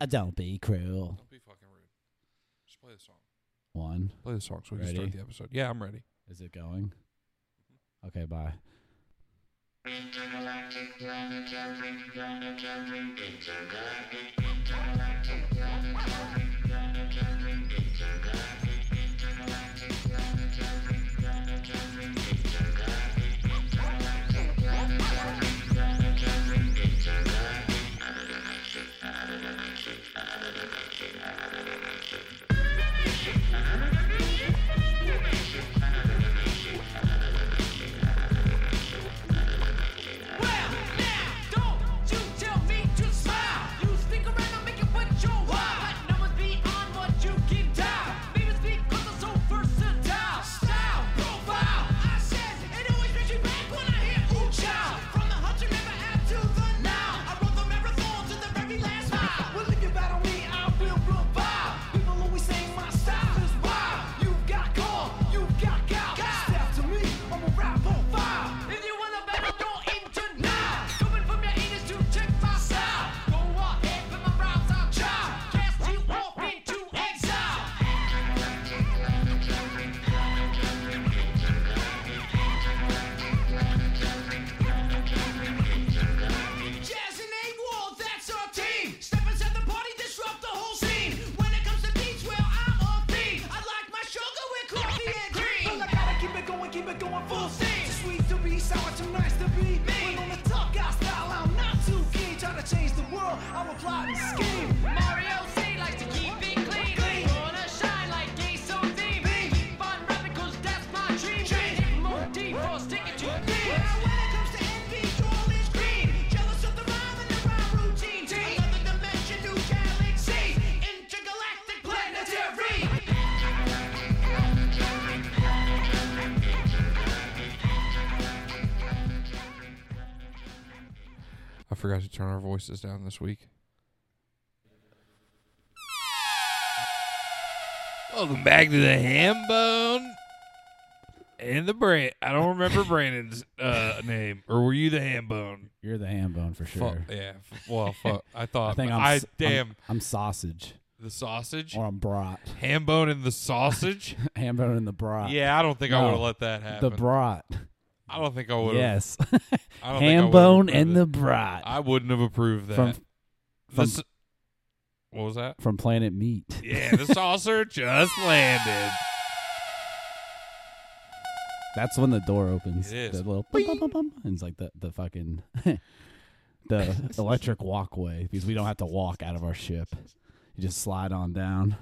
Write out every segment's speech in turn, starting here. Uh, don't be cruel. Don't be fucking rude. Just play the song. One. Play the song so we can start Ready? the episode. Yeah, I'm ready. Is it going? Okay, bye. Well, now, don't you tell me to smile. You stick around and make it what you want. But no one's beyond what you can dial. Maybe it's because I'm so versatile. Style, profile, I says it always brings me back when I hear ooh child. From the hunter never out to the now. I run the marathon to the very last mile. Well, if you battle me, I will provide. People always say my style is wild. You got call, you got gout. Step to me, I'm a rap on fire. If you wanna battle, you're in denial. Coming from your anus to check my style. Go ahead, put my rhymes on trial. Cast you off into exile. Jazz and A Wall, that's our team. Step inside the party, disrupt the whole scene. When it comes to beats, well, I'm on theme. I like my sugar with coffee and cream. Well, I gotta keep it going, keep it going full steam. Too sweet to be sour, too nice to be me. When on the top guy style, I'm not too keen. Trying to change the world, I'm a plotting scheme. Mario C likes to keep it clean. Wanna shine like Ace on theme. Keep on rapping, cause that's my dream. Hit more deep, or stick it to me. Well, when it comes to envy, all is green. Jealous of the rhyme and the rhyme routine. Another dimension, new galaxy. Intergalactic planetary. I forgot to turn our voices down this week. Welcome back to the ham bone and the brand. I don't remember Brandon's uh, name. Or were you the ham bone? You're the ham bone for sure. Fuck yeah. F- well, fuck. I thought. I think I'm. I s- I'm- damn I'm, sausage the sausage, or I'm brat. ham bone and the sausage. Ham bone and the brat. yeah, I don't think I No. would have let that The happen. brat. I don't think I would have. Yes. I don't think I ham would've bone approved and it. the brat I wouldn't have approved that. from from- This- what was that? from Planet Meat. Yeah, the saucer just landed. That's when the door opens. It is. The little bum, bum, bum, bum, and it's like the the fucking the electric walkway because we don't have to walk out of our ship. You just slide on down.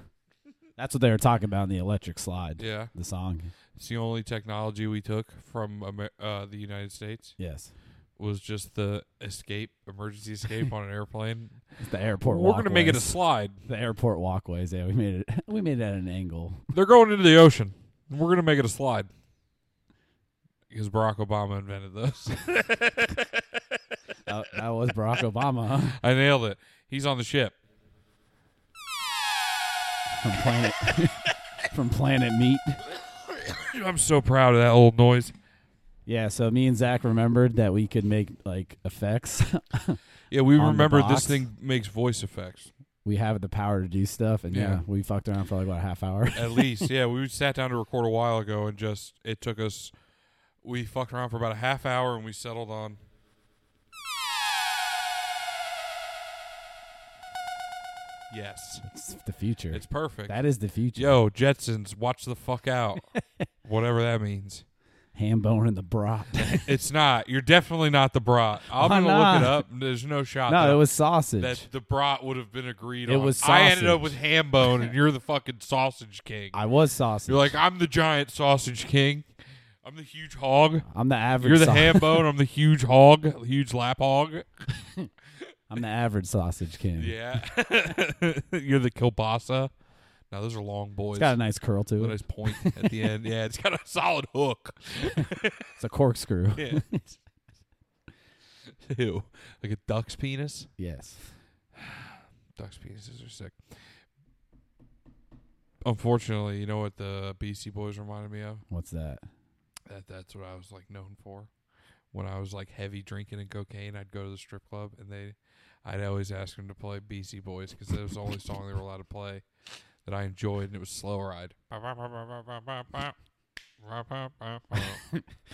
That's what they were talking about in the electric slide. Yeah, The song. it's the only technology we took from Amer- uh, the United States Yes. was just the escape, emergency escape on an airplane. It's the airport We're gonna make it a walkways. slide. the airport walkways. Yeah, we made it we made it at an angle. They're going into the ocean. We're gonna make it a slide because Barack Obama invented those. That, that was Barack Obama huh? I nailed it. He's on the ship. from Planet from Planet Meat. I'm so proud of that old noise. Yeah, so me and Zach remembered that we could make like effects. Yeah, we On the remembered this box. thing makes voice effects. we have the power to do stuff, and yeah, Yeah. we fucked around for like what a half hour. At least, yeah, we sat down to record a while ago, and just it took us. We fucked around for about a half hour, and we settled on. Yes, It's the future. it's perfect. that is the future. Yo, Jetsons, watch the fuck out, whatever that means. Ham bone and the brat. It's not. You're definitely not the brat. I'm Why gonna look not? it up. There's no shot. no, that, it was sausage. that the brat would have been agreed It on. was I ended up sausage. with ham bone, and you're the fucking sausage king. I was sausage. You're like, I'm the giant sausage king. I'm the huge hog. I'm the average. You're the sau- ham bone. I'm the huge hog, huge lap hog. I'm the average sausage king. Yeah. You're the kielbasa. Now those are long boys. It's got a nice curl to With a it. nice point at the end. Yeah, it's got a solid hook. It's a corkscrew. Yeah. Ew. Like a duck's penis. Yes. Duck's penises are sick. Unfortunately, you know what the BC Boys reminded me of? What's that? That that's what I was like known for. When I was like heavy drinking and cocaine, I'd go to the strip club and they I'd always ask them to play BC Boys because that was the only song they were allowed to play that I enjoyed, and it was Slow Ride. Fucking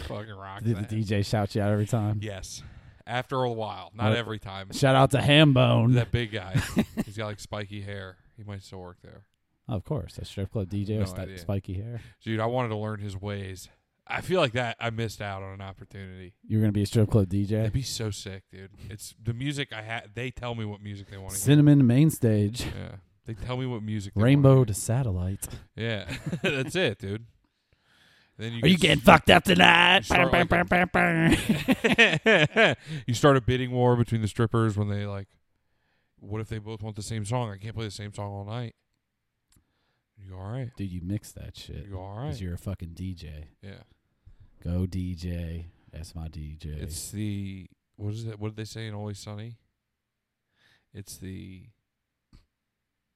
rock. Did that. the DJ shout you out every time? Yes. After a while, not What? every time. Shout out to Hambone. That big guy. He's got like spiky hair. He might still work there. of course, a strip club DJ No with sti- idea. spiky hair. Dude, I wanted to learn his ways. I feel like that I missed out on an opportunity. You're gonna be a strip club DJ. That'd be so sick, dude. It's the music I had. They tell me what music they want to hear. Cinnamon main stage, Yeah, they tell me what music. They wanna rainbow hear. to satellite. Yeah, that's it, dude. Then you Are you get- getting fucked up tonight? You start like a- you start a bidding war between the strippers when they like. What if they both want the same song? I can't play the same song all night. You go, all right? Dude, you mix that shit You go, all because right? you're a fucking DJ. Yeah. Go DJ. That's my DJ. It's the what is it? What did they say in Always Sunny? It's the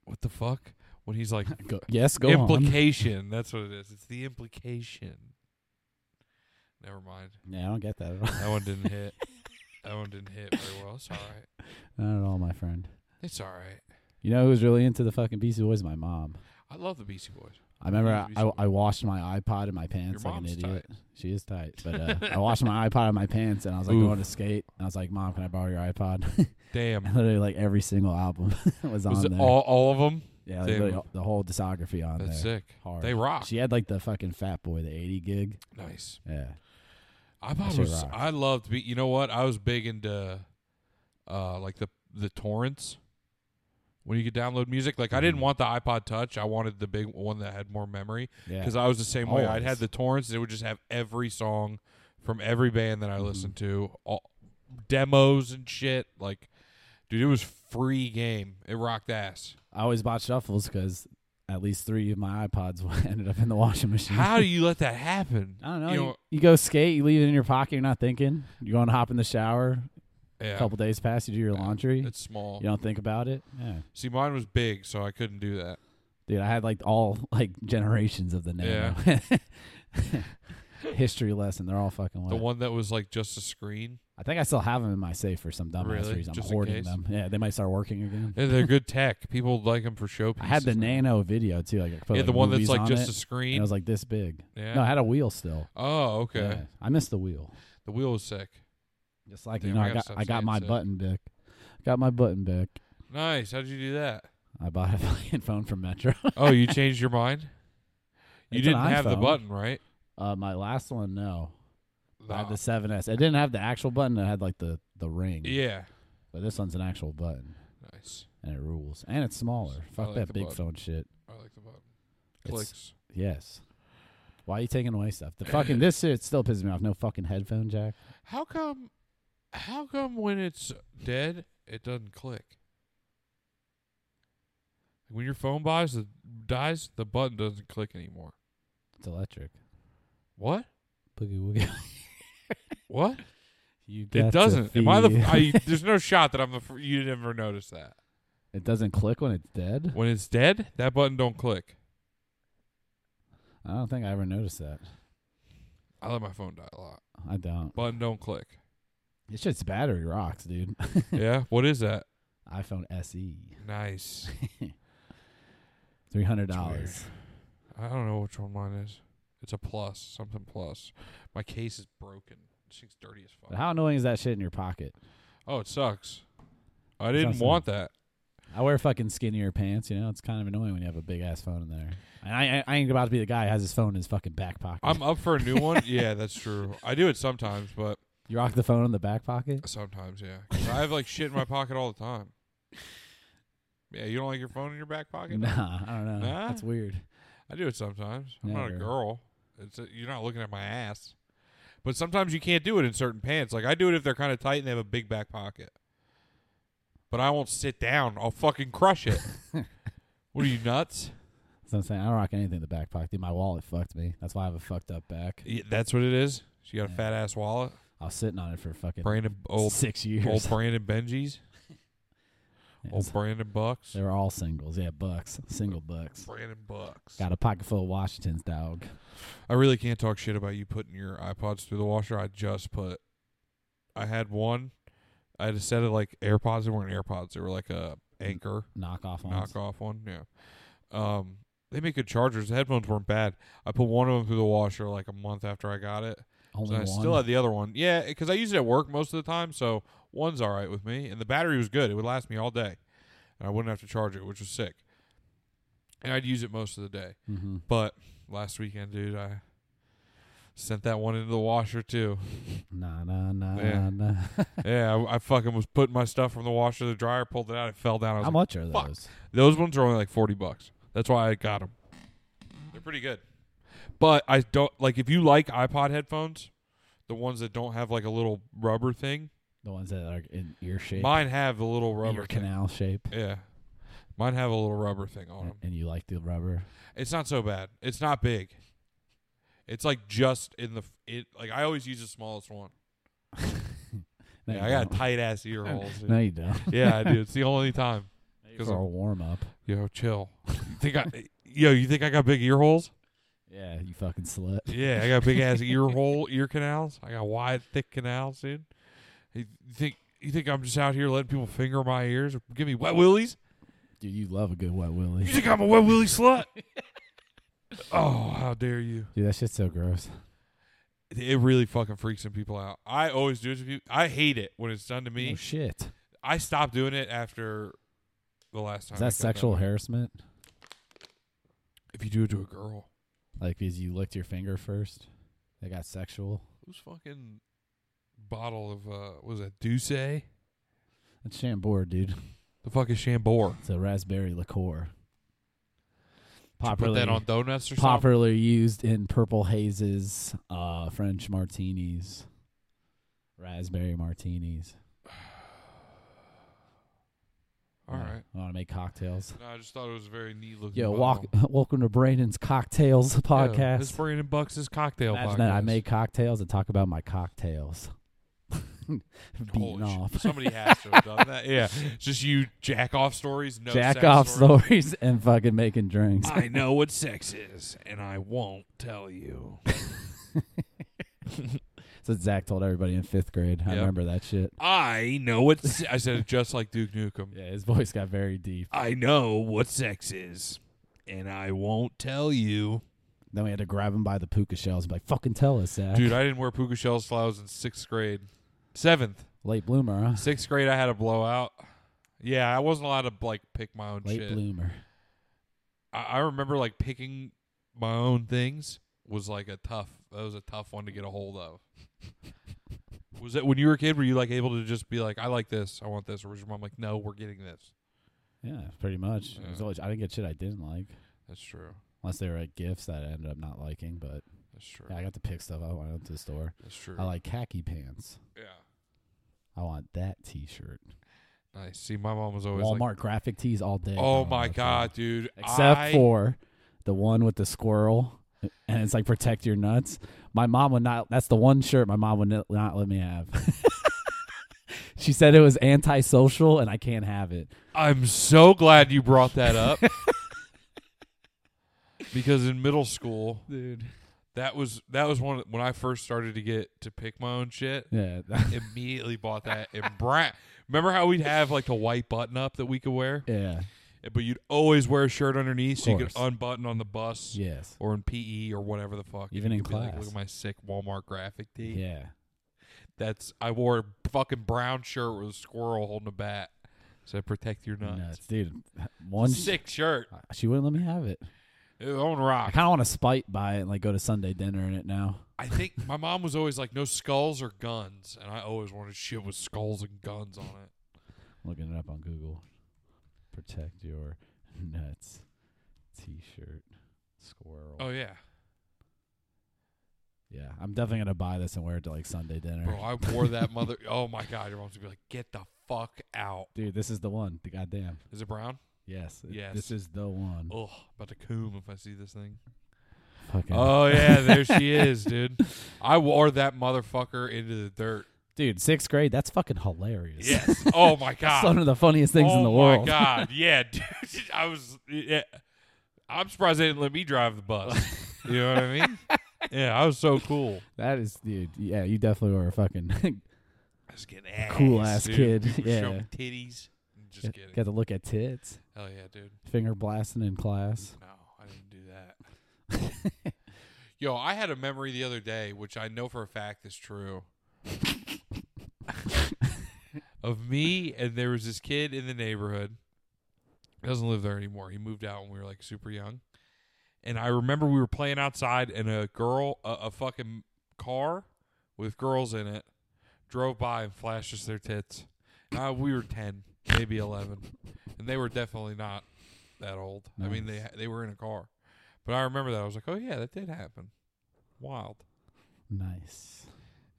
what the fuck when he's like Go- yes, go on. implication. That's what it is. It's the implication. Never mind. Yeah, I don't get that at all. That one didn't hit. That one didn't hit very well. It's all right. Not at all, my friend. It's all right. You know who's really into the fucking Beastie Boys? My mom. I love the Beastie Boys. I remember Yeah, I, Beastie I, Boys. I washed my iPod in my pants like an mom's idiot. She is tight, but uh, I washed my iPod in my pants and I was like Oof. going to skate and I was like, "Mom, can I borrow your iPod?" Damn. literally, like every single album was on Was it there. all, all of them? yeah, like, Damn. literally the whole discography on That's there. sick. Hard. They rock. She had like the fucking Fat Boy, the eighty gig. Nice. Yeah, I That thought shit was, rocks. I loved be you know what? I was big into uh like the the torrents when you could download music. Like I didn't Mhm. want the iPod touch. I wanted the big one that had more memory yeah. cuz I was the same way. I'd Always. had the torrents, and it would just have every song from every band that I Mm-hmm. listened to, all demos and shit. Like dude, it was free game. It rocked ass. I always bought shuffles because at least three of my iPods ended up in the washing machine. How do you let that happen? I don't know. You You, know- you go skate, you leave it in your pocket, you're not thinking. You're going to hop in the shower. Yeah. A couple days pass, you do your Yeah, laundry. It's small. you don't think about it. Yeah. See, mine was big, so I couldn't do that. Dude, I had like all like generations of the nano. History lesson. They're all fucking wet. The one that was like just a screen. I think I still have them in my safe for some dumbass Really? reason. I'm Just in hoarding case? them. Yeah, they might start working again. Yeah, they're good tech. People like them for showpieces. I had the nano video too. Like, I put, Yeah, like, the one that's movies like on just a it, and it screen. was like this big. yeah. No, I had a wheel still. oh, okay. Yeah. I missed the wheel. The wheel was sick. Just like you Damn, know, I I gotta got stop I got saying my sick. button back. Got my button back. Nice. How'd you do that? I bought a fucking phone from Metro. Oh, you changed your mind. You It's an didn't have the iPhone. button, right? Uh, my last one, no. I Nah. had the 7S. It didn't have the actual button. It had like the the ring. Yeah. But this one's an actual button, Nice. and it rules, and it's smaller. I Fuck like that the big button. phone shit. I like the button. It's- Clicks. Yes. Why are you taking away stuff? The fucking this shit still pisses me off. No fucking headphone jack. How come? How come when it's dead, it doesn't click? When your phone buys the dies, the button doesn't click anymore. It's electric. What? Boogie woogie. What? You got It to doesn't. Am I the? feel- I, there's no shot that I'm the. fir- You never notice that it doesn't click when it's dead. when it's dead, that button don't click. I don't think I ever noticed that. I let my phone die a lot. I don't. Button don't click. This shit's battery rocks, dude. yeah. What is that? iPhone SE, Nice. three hundred That's weird. dollars. I don't know which one mine is. It's a plus. Something plus. My case is broken. This thing's dirty as fuck. But how annoying is that shit in your pocket? Oh, it sucks. I It's didn't awesome. want that. I wear fucking skinnier pants. You know, it's kind of annoying when you have a big ass phone in there. And I, I, I ain't about to be the guy who has his phone in his fucking back pocket. I'm up for a new one. Yeah, that's true. I do it sometimes, but you rock the phone in the back pocket. sometimes, yeah. 'Cause I have like shit in my pocket all the time. Yeah, you don't like your phone in your back pocket? Nah, I don't know. Nah? That's weird. I do it sometimes. I'm not a Never. girl. It's a, you're not looking at my ass. But sometimes you can't do it in certain pants. Like I do it if they're kind of tight and they have a big back pocket. But I won't sit down. I'll fucking crush it. what are you nuts? So I'm saying I don't rock anything in the back pocket. Dude, my wallet fucked me. That's why I have a fucked up back. Yeah, that's what it is. She got a Yeah. fat ass wallet. I was sitting on it for fucking Brandon old six years. old Brandon Benji's. Yes. Old Brandon Bucks. They were all singles. Yeah, bucks, single bucks. Brandon Bucks. Got a pocket full of Washingtons, dog. I really can't talk shit about you putting your iPods through the washer. I just put I had one I had a set of like AirPods. They weren't AirPods. They were like a anchor knockoff ones. knockoff one. Yeah. Um, they make good chargers. The headphones weren't bad. I put one of them through the washer like a month after I got it. Only So I one. still had the other one. Yeah, because I use it at work most of the time, so one's all right with me. And the battery was good; it would last me all day, and I wouldn't have to charge it, which was sick. And I'd use it most of the day. Mhm. But last weekend, dude, I sent that one into the washer too. Nah, nah, nah, Yeah. nah. yeah, I, I fucking was putting my stuff from the washer to the dryer, pulled it out, it fell down. I was How like, much are fuck. those? those ones are only like forty bucks. That's why I got them. They're pretty good. But I don't like if you like iPod headphones, the ones that don't have like a little rubber thing. The ones that are in ear shape, Mine have the little rubber ear thing. canal shape, Yeah, mine have a little rubber thing on them. and you like the rubber. It's not so bad. It's not big. It's like just in the f- it. Like I always use the smallest one. No, Yeah, I you got don't. tight ass ear holes. dude. No, you don't. yeah, I do. It's the only time. For a warm up. Yo, chill. You think I? Yo, you think I got big ear holes? Yeah, you fucking slut. Yeah, I got big ass ear hole, ear canals. I got wide, thick canals, dude. You think you think I'm just out here letting people finger my ears or give me wet willies? Dude, you love a good wet You willy. think I'm a wet willy slut? oh, how dare you! Dude, that shit's so gross. It really fucking freaks some people out. I always do it to people. I hate it when it's done to me. Oh shit. I stopped doing it after the last time. Is I that got sexual done. harassment? If you do it to a girl, Like because you licked your finger first? They got sexual. whose fucking bottle of uh what was that Douce? The That's Chambord, dude. fuck is Chambord? It's a raspberry liqueur. Did you Put Popularly, that on donuts or something. popularly used in purple hazes, uh, French martinis, raspberry martinis. All right. want to make cocktails? No, I just thought it was a very neat looking. Yo, bottle. walk, welcome to Brandon's Cocktails podcast. Yeah, this Brandon Bucks' cocktail Imagine podcast. that I make cocktails and talk about my cocktails. Holy Beating shit. off. Somebody has to have done that. Yeah, It's just you jack off stories. No Jack sex Ah. off stories. stories and fucking making drinks. I know what sex is, and I won't tell you. That's what Zach told everybody in fifth grade. I Yep. remember that shit. I know what se- I said. It just like Duke Nukem. Yeah, his voice got very deep. I know what sex is, and I won't tell you. Then we had to grab him by the puka shells and be like, fucking tell us, Zach. Dude, I didn't wear puka shells till I was in sixth grade. Seventh, Late bloomer, huh? sixth grade, I had a blowout. Yeah, I wasn't allowed to like pick my own Late shit. bloomer. I, I remember like picking my own things was like a tough. That was a tough one to get a hold of. was that when you were a kid? Were you like able to just be like, I like this, I want this, or was your mom like, No, we're getting this? Yeah, pretty much. It was Yeah. always, I didn't get shit I didn't like. That's true. Unless they were like gifts that I ended up not liking, but That's true. yeah, I got to pick stuff up when I went to the store. That's true. I like khaki pants. yeah. I want that t shirt. Nice. See, my mom was always Walmart like, graphic tees all day. Oh growing my up, god, dude. dude. Except I- for the one with the squirrel and it's like protect your nuts. My mom would not that's the one shirt my mom would n- not let me have. she said it was antisocial and I can't have it. I'm so glad you brought that up. because in middle school, Dude. that was that was one of- when I first started to get to pick my own shit. Yeah. immediately bought that in brown. Remember how we'd have like the white button up that we could wear, yeah. but you'd always wear a shirt underneath so you could Course. unbutton on the bus Yes. or in PE or whatever the fuck. Even You in could be like, class. Look at my sick Walmart graphic tee. Yeah. That's I wore a fucking brown shirt with a squirrel holding a bat. So protect your nuts. Nuts, dude. One Sick shirt. She wouldn't let me have it. It own I rock. kind of want to spite buy it and like go to Sunday dinner in it now. I think my mom was always like, no skulls or guns, and I always wanted shit with skulls and guns on it. looking it up on Google. Protect your nuts. T-shirt. Squirrel. Oh yeah. Yeah, I'm definitely gonna buy this and wear it to like Sunday dinner. Bro, I wore that mother. oh my god, your mom's gonna be like, "Get the fuck out." Dude, this is the one. The goddamn. Is it brown? Yes. it- Yes. Oh, This is the one. Ugh, about to coom if I see this thing. Fucking. Oh yeah, there she is, dude. I wore that motherfucker into the dirt. Dude, sixth grade. That's fucking hilarious. Yes. Oh my It's god. one of the funniest things oh in the my world. god. Yeah, dude. I was. Yeah. I'm surprised they didn't let me drive the bus. you know what I mean? Yeah, I was so cool. That is, dude. Yeah, you definitely were a fucking Just getting ass. Cool ass dude. kid, People yeah. Showing titties. Just Got- kidding. Got to look at tits. Hell yeah, dude. Finger blasting in class. No, I didn't do that. Yo, I had a memory the other day, which I know for a fact is true, of me and there was this kid in the neighborhood. He doesn't live there anymore. He moved out when we were like super young, and I remember we were playing outside, and a girl, a, a fucking car with girls in it, drove by and flashed us their tits. Uh, we were ten, maybe eleven, and they were definitely not that old. I mean, they they were in a car, but I remember that I was like, oh yeah, that did happen. Wild. Nice.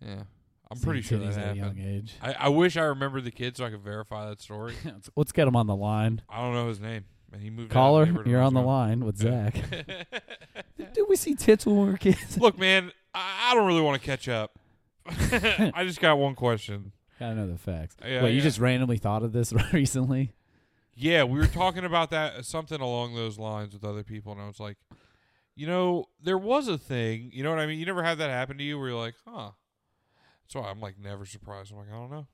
Yeah, I'm pretty sure Seeing that titties at a young happened. age. I, I wish I remembered the kid so I could verify that story. Let's- Let's get him on the line. I don't know his name, and he moved. out of the Caller, neighborhood you're I was on the young. line with Zach. Did we see tits when we were kids? Look, man, I, I don't really want to catch up. I just got one question. Gotta know the facts. Yeah, Wait, you yeah. just randomly thought of this recently? Yeah, we were talking about that uh, something along those lines with other people, and I was like, you know, there was a thing. You know what I mean? You never had that happen to you where you're like, huh? That's why I'm like never surprised. I'm like, I don't know.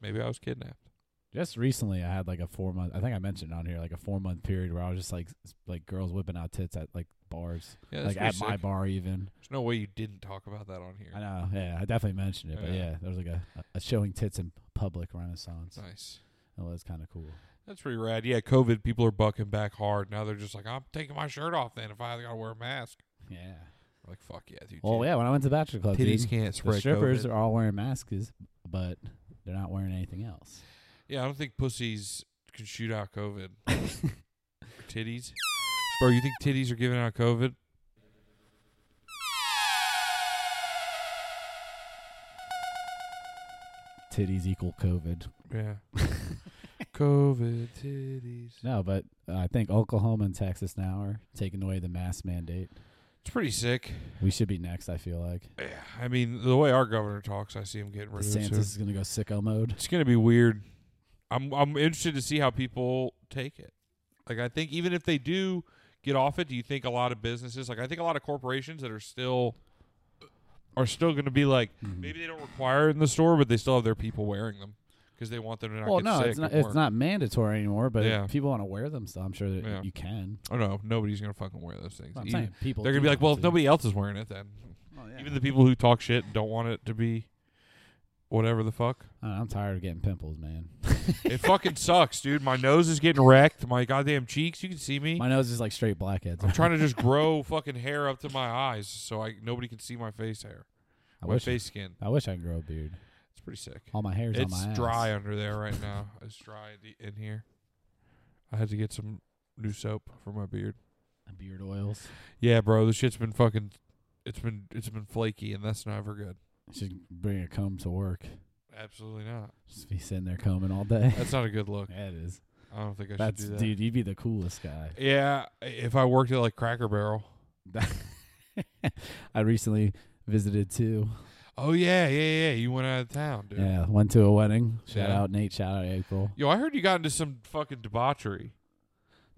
Maybe I was kidnapped. Just recently, I had like a four month. I think I mentioned it on here like a four month period where I was just like s- like girls whipping out tits at like bars, Yeah, that's like pretty at my sick. bar even. There's no way you didn't talk about that on here. I know. Yeah, I definitely mentioned it, but Yeah. yeah, there was like a, a showing tits in public renaissance. Nice. That was kind of cool. That's pretty rad. Yeah, COVID people are bucking back hard. Now they're just like, I'm taking my shirt off then if I gotta wear a mask. Yeah. I'm like, fuck yeah, dude. Well, Oh, yeah. When I went to bachelor club, Titties dude, can't the spread strippers COVID. are all wearing masks, but they're not wearing anything else. Yeah, I don't think pussies can shoot out COVID. titties, bro. You think titties are giving out COVID? Titties equal COVID. Yeah. COVID titties. No, but I think Oklahoma and Texas now are taking away the mask mandate. It's pretty sick. We should be next. I feel like Yeah, I mean the way our governor talks, I see him getting rid of it. DeSantis soon. is gonna go sicko mode. It's gonna be weird. I'm I'm interested to see how people take it. Like I think even if they do get off it, do you think a lot of businesses, like I think a lot of corporations that are still are still going to be like Mm-hmm. maybe they don't require it in the store, but they still have their people wearing them because they want them to not Well, get no, sick. it's not. at It's work. not mandatory anymore. But Yeah. if people want to wear them, so I'm sure that Yeah. you can. Oh no, nobody's going to fucking wear those things. I'm Even- saying people. they're do going to be like, want well, if to. nobody else is wearing it, then even the people who talk shit and don't want it to be whatever the fuck. I don't know, I'm tired of getting pimples, man. It fucking sucks, dude. My nose is getting wrecked. My goddamn cheeks, you can see me. My nose is like straight blackheads. I'm trying to just grow fucking hair up to my eyes so I nobody can see my face hair, I my wish. face skin. I wish I could grow a beard. It's pretty sick. All my hair's on It's my ass. dry under there right now. It's dry in the- in here. I had to get some new soap for my beard. Beard oils. Yeah, bro, this shit's been fucking. It's been it's been flaky, and that's never good. Should bring a comb to work. Absolutely not. Just be sitting there combing all day. That's not a good look. yeah, it is. I don't think I That's should do that. dude. You'd be the coolest guy. Yeah, if I worked at like Cracker Barrel. I recently visited too. Oh yeah, yeah, yeah. You went out of town, dude. Yeah, went to a wedding. Shout Yeah. out Nate. Shout out April. Yo, I heard you got into some fucking debauchery.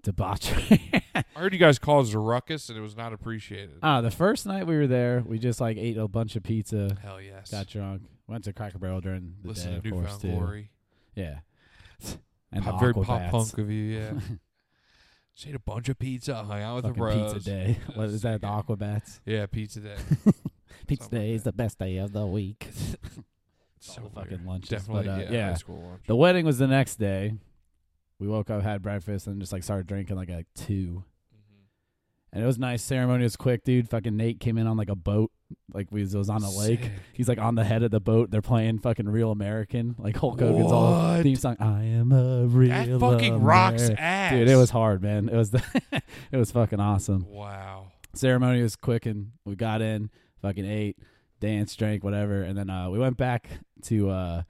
Debauchery. I heard you guys caused a ruckus and it was not appreciated. Ah, the first night we were there, we just like ate a bunch of pizza, Hell yes. got drunk, went to Cracker Barrel during the Listen day, to of course, Newfound too. Glory. Yeah, and Pop- the very Aquabats. pop punk of you, yeah. Just ate a bunch of pizza, hung out with Fucking the bros. pizza day. What is that? The Aquabats. Yeah, pizza day. Pizza Something like day is that. the best day of the week. so All the weird. fucking lunches, Definitely, but, uh, yeah, High yeah. school lunch. The wedding was the next day. We woke up, had breakfast, and just like started drinking like at two. Mm-hmm. And it was nice. Ceremony was quick, dude. Fucking Nate came in on like a boat, like we was, it was on a lake. Sick. He's like on the head of the boat. They're playing fucking Real American, like Hulk Hogan's all What? theme song. I am a real That fucking rocks Ameri-" ass. Dude, it was hard, man. It was the, it was fucking awesome. Wow. Ceremony was quick, and we got in, fucking ate, danced, drank, whatever, and then uh, we went back to uh,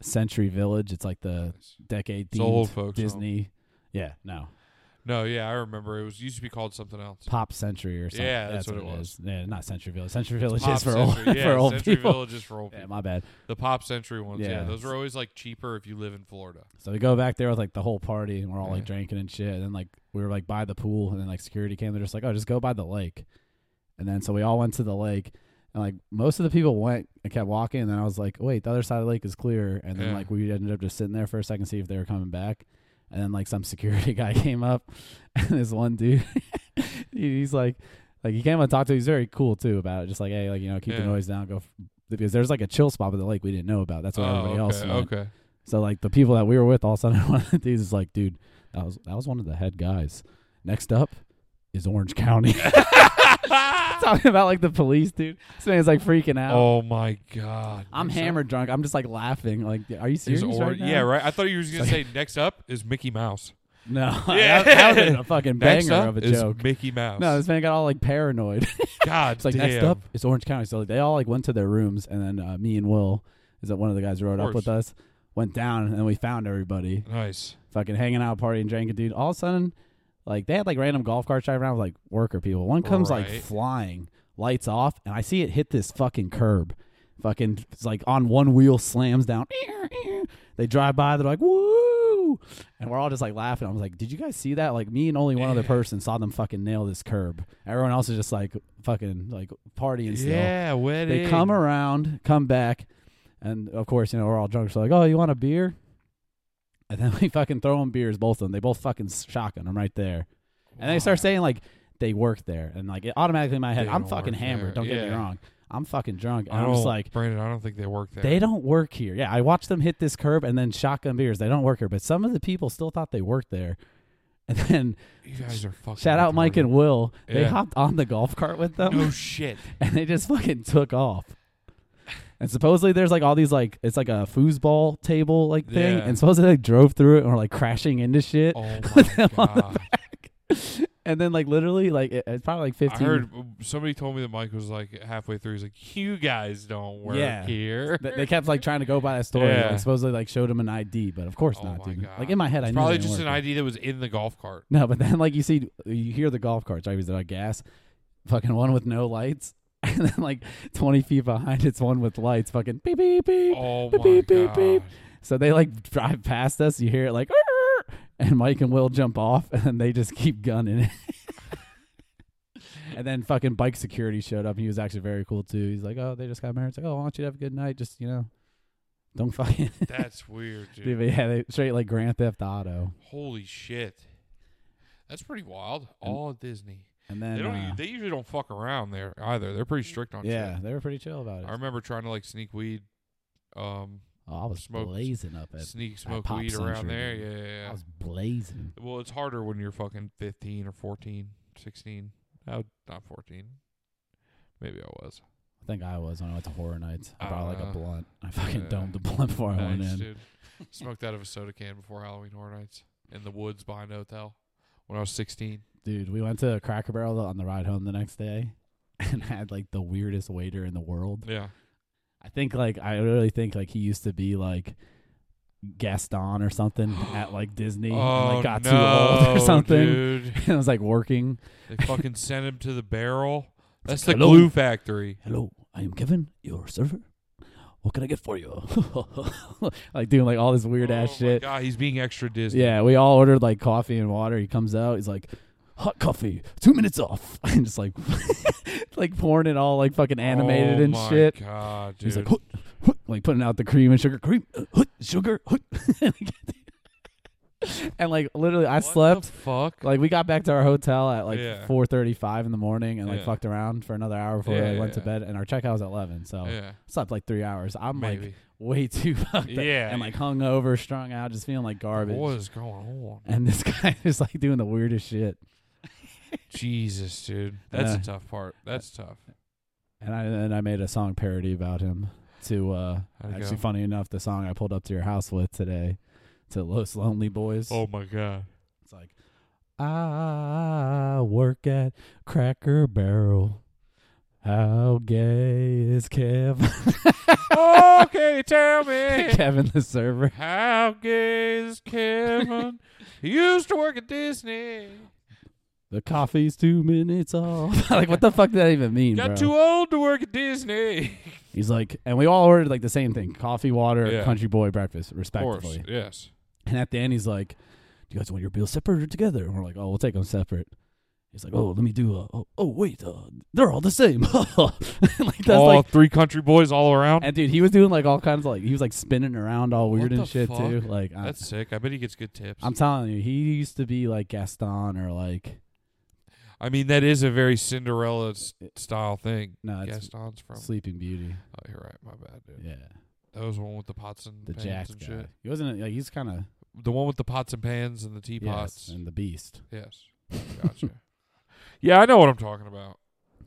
Century Village. It's like the Nice. decade It's old themed folks. home. Uh, Disney. Yeah, no, No, yeah, I remember. It was used to be called something else. Pop Century or something. Yeah, that's what it was. is. Yeah, not Century Village. Century Village Pop is for old Century. Yeah, for old Century people. Village is for old Yeah, people. my bad. The Pop Century ones, yeah. Yeah. Those are always like cheaper if you live in Florida. So we go back there with like the whole party and we're all like Yeah. drinking and shit. And then like we were like by the pool and then like security came. They're just like, oh, just go by the lake. And then so we all went to the lake. And like most of the people went and kept walking, and then I was like, "Wait, the other side of the lake is clear." And then Yeah. like we ended up just sitting there for a second, see if they were coming back. And then like some security guy came up, and this one dude, he- he's like, like he came up and talked to. He's very cool too about it. Just like, hey, like you know, keep the Yeah. noise down, go. F- because there's like a chill spot by the lake we didn't know about. That's where oh, everybody okay, else went. okay. So like the people that we were with, all of a sudden one of the dudes is like, dude, that was that was one of the head guys. Next up is Orange County. Talking about like the police, dude. This man's like freaking out. Oh my god. I'm Next up hammered drunk. I'm just like laughing. Like, are you is serious? or- right now? yeah, right. I thought you were going It's to say next up is Mickey Mouse. No, Yeah. that, that would've been a fucking Next banger up of a is joke. Mickey Mouse. No, this man got all like paranoid. god it's like damn. next up is Orange County. So like, they all like went to their rooms, and then uh, me and Will, is that one of the guys who rode Of up with us, went down, and we found everybody. Nice. fucking hanging out, partying, drinking, dude. All of a sudden, like they had like random golf carts driving around with like worker people. One comes like Right. flying, lights off, and I see it hit this fucking curb. Fucking it's like on one wheel slams down. They drive by, they're like, woo. And we're all just like laughing. I was like, did you guys see that? Like me and only one other Yeah. person saw them fucking nail this curb. Everyone else is just like fucking like partying still. Yeah, wedding. They come around, come back, and of course, you know, we're all drunk. So like, oh, you want a beer? And then we fucking throw them beers, both of them. They both fucking shotgun them right there, and they start saying like they work there, and like it automatically in my head, They I'm don't fucking work hammered. there. Don't get me Yeah. wrong, I'm fucking drunk, and I I'm don't, just like. Brandon, I don't think they work there. They don't work here. Yeah, I watched them hit this curb and then shotgun beers. They don't work here, but some of the people still thought they worked there. And then You guys are fucking. shout out Mike and retarded. Will. They Yeah. hopped on the golf cart with them No shit. and they just fucking took off. And supposedly there's like all these like it's like a foosball table like thing, Yeah. and supposedly they drove through it and were like crashing into shit. Oh With my them on the god. back. and then like literally like it- it's probably like I fifteen. heard somebody told me that Mike was like halfway through. He's like, "You guys don't work Yeah. here." Th- they kept like trying to go by that story. Yeah. Like, supposedly like showed him an ID, but of course Oh not, my dude. God. Like in my head, I It's knew probably they just an weren't. ID that was in the golf cart. No, but then like you see, you hear the golf carts, right? Because they're like gas, fucking one with no lights, and then like twenty feet behind, it's one with lights, fucking beep beep beep. Oh Beep, my beep, beep, god. beep. So they like drive past us. You hear it like, "Arr!" and Mike and Will jump off, and then they just keep gunning it. and then fucking bike security showed up, and he was actually very cool too. He's like, "Oh, they just got married." It's like, "Oh, I want you to have a good night. Just you know, don't fucking." That's weird, dude. Dude, but yeah, they straight like Grand Theft Auto, Holy shit. That's pretty wild. All at Disney. and then they don't. uh, u- they usually don't fuck around there either. They're pretty strict on. shit. yeah, they were pretty chill about it. I remember trying to like sneak weed, um, oh, I was smoked- blazing up at. sneak smoke Pop weed around Century, there. dude. Yeah, yeah, yeah. I was blazing. Well, it's harder when you're fucking 15 or 14, 16. No, not 14. Maybe I was. I think I was when I went to horror nights. I I brought like don't a know. blunt. I fucking Uh, Yeah. domed a blunt before I went Nice, in. dude. Smoked out of a soda can before Halloween Horror Nights in the woods behind a hotel when I was 16. Dude, we went to Cracker Barrel on the ride home the next day and had like the weirdest waiter in the world. Yeah. I think like I really think like he used to be like Gaston or something at like Disney and oh, like got no, too old or something. dude. and I was like working. They fucking sent him to the barrel. That's the Hello. glue factory. Hello, I am Kevin, your server. What can I get for you? like doing like all this weird ass oh shit. My God, he's being extra Disney. Yeah, we all ordered like coffee and water. He comes out, he's like, hot coffee, two minutes off. And just like like pouring it all like fucking animated oh and my shit. God, dude. He's like, "Hut, hut," like putting out the cream and sugar, cream, uh, hut, sugar, hut. and like literally, I What the slept. fuck. Like we got back to our hotel at like Yeah. four thirty-five in the morning, and like Yeah. fucked around for another hour before Yeah, I went to yeah. bed. And our checkout was at eleven, so I Oh, yeah. slept like three hours. I'm like Maybe. way too fucked up Yeah. and like hungover, strung out, just feeling like garbage. What is going on? And this guy is like doing the weirdest shit. Jesus, dude. That's Uh, a tough part. That's tough. And I and I made a song parody about him. To uh, How'd it actually, go? funny enough, the song I pulled up to your house with today, to Los Lonely Boys. Oh my god. It's like, I work at Cracker Barrel. How gay is Kev? oh, can you tell me Kevin the server. how gay is Kevin? he used to work at Disney. The coffee's two minutes off. like, what the fuck did that even mean, Got bro? too old to work at Disney. He's like, and we all ordered like the same thing: coffee, water, Yeah. country boy breakfast, of course, respectively. yes. And at the end, he's like, "Do you guys want your bills separate or together?" And we're like, "Oh, we'll take them separate." He's like, oh, let me do. Uh, oh, oh, wait, uh, they're all the same. like that's all like, three country boys all around. and dude, he was doing like all kinds of like he was like spinning around all What weird the and shit fuck? too. Like I, That's sick. I bet he gets good tips. uh, I'm telling you, he used to be like Gaston or like I mean, that is a very Cinderella s- style thing. no, it's Gaston's from. Sleeping Beauty. Oh, you're right. My bad, dude. Yeah, That was the one with the pots and the pans Jack and guy. shit. He wasn't like he's kind of The one with the pots and pans and the yes, teapots. and the Beast. Yes. Gotcha. yeah, I know what I'm talking about.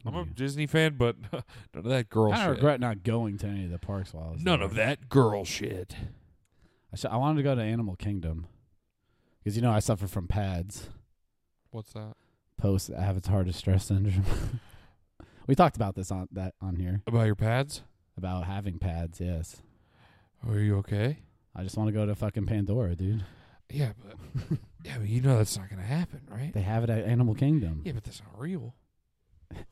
I'm a Yeah. Disney fan, but none of that girl I shit. regret not going to any of the parks while I was none there. of that girl shit. I, sh- I wanted to go to Animal Kingdom because you know I suffer from pads, What's that? post avatar distress syndrome. we talked about this on that on here About your pads? about having pads. Yes, Are you okay? I just want to go to fucking Pandora, dude. Yeah, but yeah, but you know that's not gonna happen, right? They have it at Animal Kingdom. Yeah, but that's not real.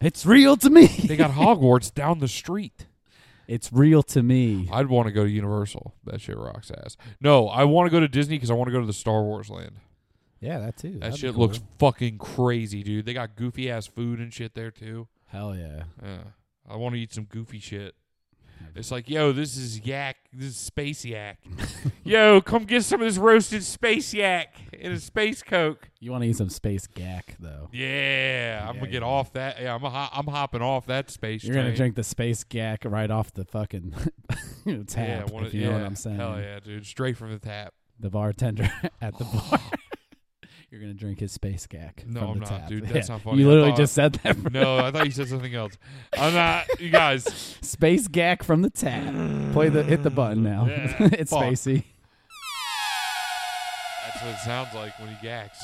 It's real to me. They got Hogwarts down the street. it's real to me. I'd want to go to Universal. That shit rocks ass. No, I want to go to Disney because I want to go to the Star Wars land. Yeah, that too. That That'd be shit cool. looks fucking crazy, dude. They got goofy ass food and shit there too. hell yeah. Yeah. I want to eat some goofy shit. It's like, yo, this is yak. This is space yak. yo, come get some of this roasted space yak in a space coke. You want to eat some space gack though? Yeah, I'm Yeah, gonna get yeah. off that. Yeah, I'm a ho- I'm hopping off that space. You're gonna train. drink the space gack right off the fucking tap. Yeah, one if of- you know what yeah, I'm saying. Hell yeah, dude! Straight from the tap. the bartender at the bar. You're gonna drink his space gack. No, from I'm the not, tap. dude. That's Yeah. not funny. I You literally thought- just said that. bro. No, I thought you said something else. I'm not. You guys, Space gack from the tap. Play the hit the button now. Yeah, it's fuck. spacey. that's what it sounds like when he gacks.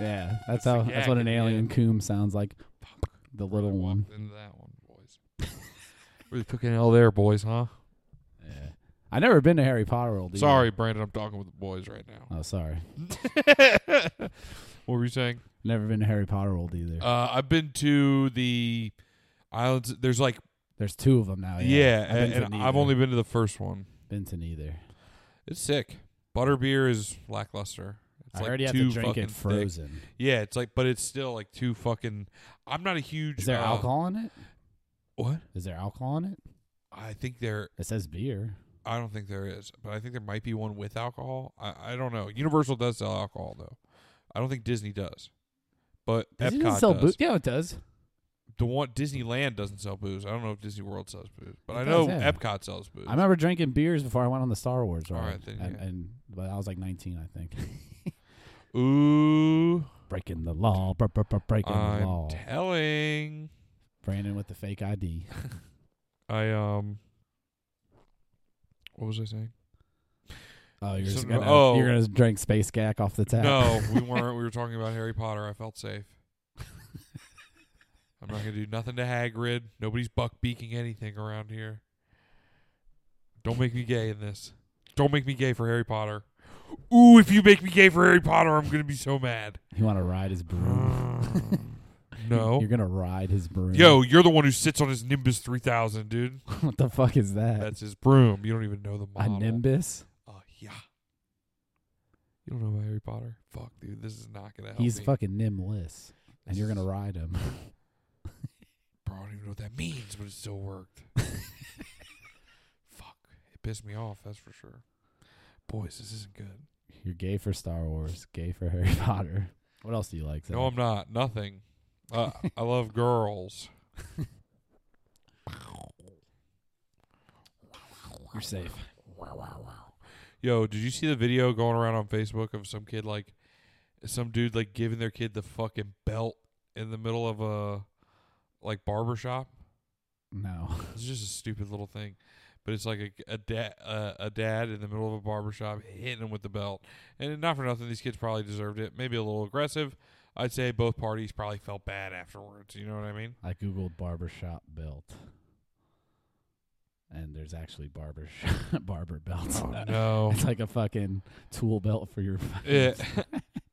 Yeah, It's that's the how. That's gack what at an the alien end. coom sounds like. Fuck. The little Really one. walked Into that one, boys. really took an L there, boys, huh? Yeah. I never been to Harry Potter World. either. Sorry, Brandon. I'm talking with the boys right now. Oh, sorry. what were you saying? Never been to Harry Potter World either. Uh, I've been to the islands. There's like There's two of them now. yeah, Oh, I've been to and, and I've neither. only been to the first one. been to neither. It's sick. Butterbeer is lackluster. It's I like already have too to drink fucking it thick. frozen. Yeah, it's like, but it's still like too fucking. I'm not a huge. Is there uh, alcohol in it? What? Is there alcohol in it? I think there. It says beer. I don't think there is, but I think there might be one with alcohol. I, I don't know. Universal does sell alcohol though. I don't think Disney does, but Disney doesn't Epcot sell does. boo- Yeah, it does. The one Disneyland doesn't sell booze. I don't know if Disney World sells booze, but It I know does, yeah. Epcot sells booze. I remember drinking beers before I went on the Star Wars ride. All right, then, and, yeah. and but I was like 19, I think. Ooh, breaking the law, br- br- br- breaking the I'm law. telling. Brandon with the fake ID. I um. What was I saying? Oh, you're just So- gonna oh. you're gonna drink space gack off the tap. No, we weren't. We were talking about Harry Potter. I felt safe. I'm not gonna do nothing to Hagrid. Nobody's buck beaking anything around here. Don't make me gay in this. Don't make me gay for Harry Potter. Ooh, if you make me gay for Harry Potter, I'm gonna be so mad. you want to ride his broom? no. You're gonna ride his broom. Yo, you're the one who sits on his Nimbus 3000, dude. what the fuck is that? That's his broom. You don't even know the A model. nimbus? Oh yeah. You don't know about Harry Potter? Fuck, dude. This is not gonna help. He's me. fucking nimbless, and This you're gonna is- ride him. Bro, I don't even know what that means, but it still worked. Fuck. It pissed me off, that's for sure. Boys, this isn't good. You're gay for Star Wars, gay for Harry Potter. What else do you like? No, I'm not. Nothing. Uh, I love girls. You're safe. Yo, did you see the video going around on Facebook of some kid like some dude like giving their kid the fucking belt in the middle of a like barber shop? No. It's just a stupid little thing, but it's like a a dad uh, a dad in the middle of a barber shop hitting him with the belt, and not for nothing, these kids probably deserved it. Maybe a little aggressive. I'd say both parties probably felt bad afterwards. You know what I mean? I googled barbershop belt, and there's actually barbershop barber belts. Oh, Uh, no, It's like a fucking tool belt for your. fucking- it,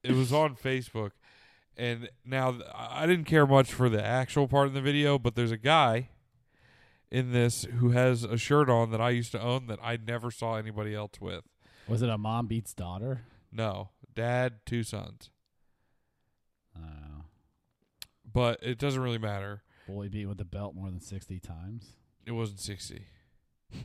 it was on Facebook, and now th- I I didn't care much for the actual part of the video, but there's a guy in this who has a shirt on that I used to own that I never saw anybody else with. Was it a mom beats daughter? No, dad, two sons. I don't know. but it doesn't really matter. Boy beat with the belt more than sixty times. It wasn't 60. it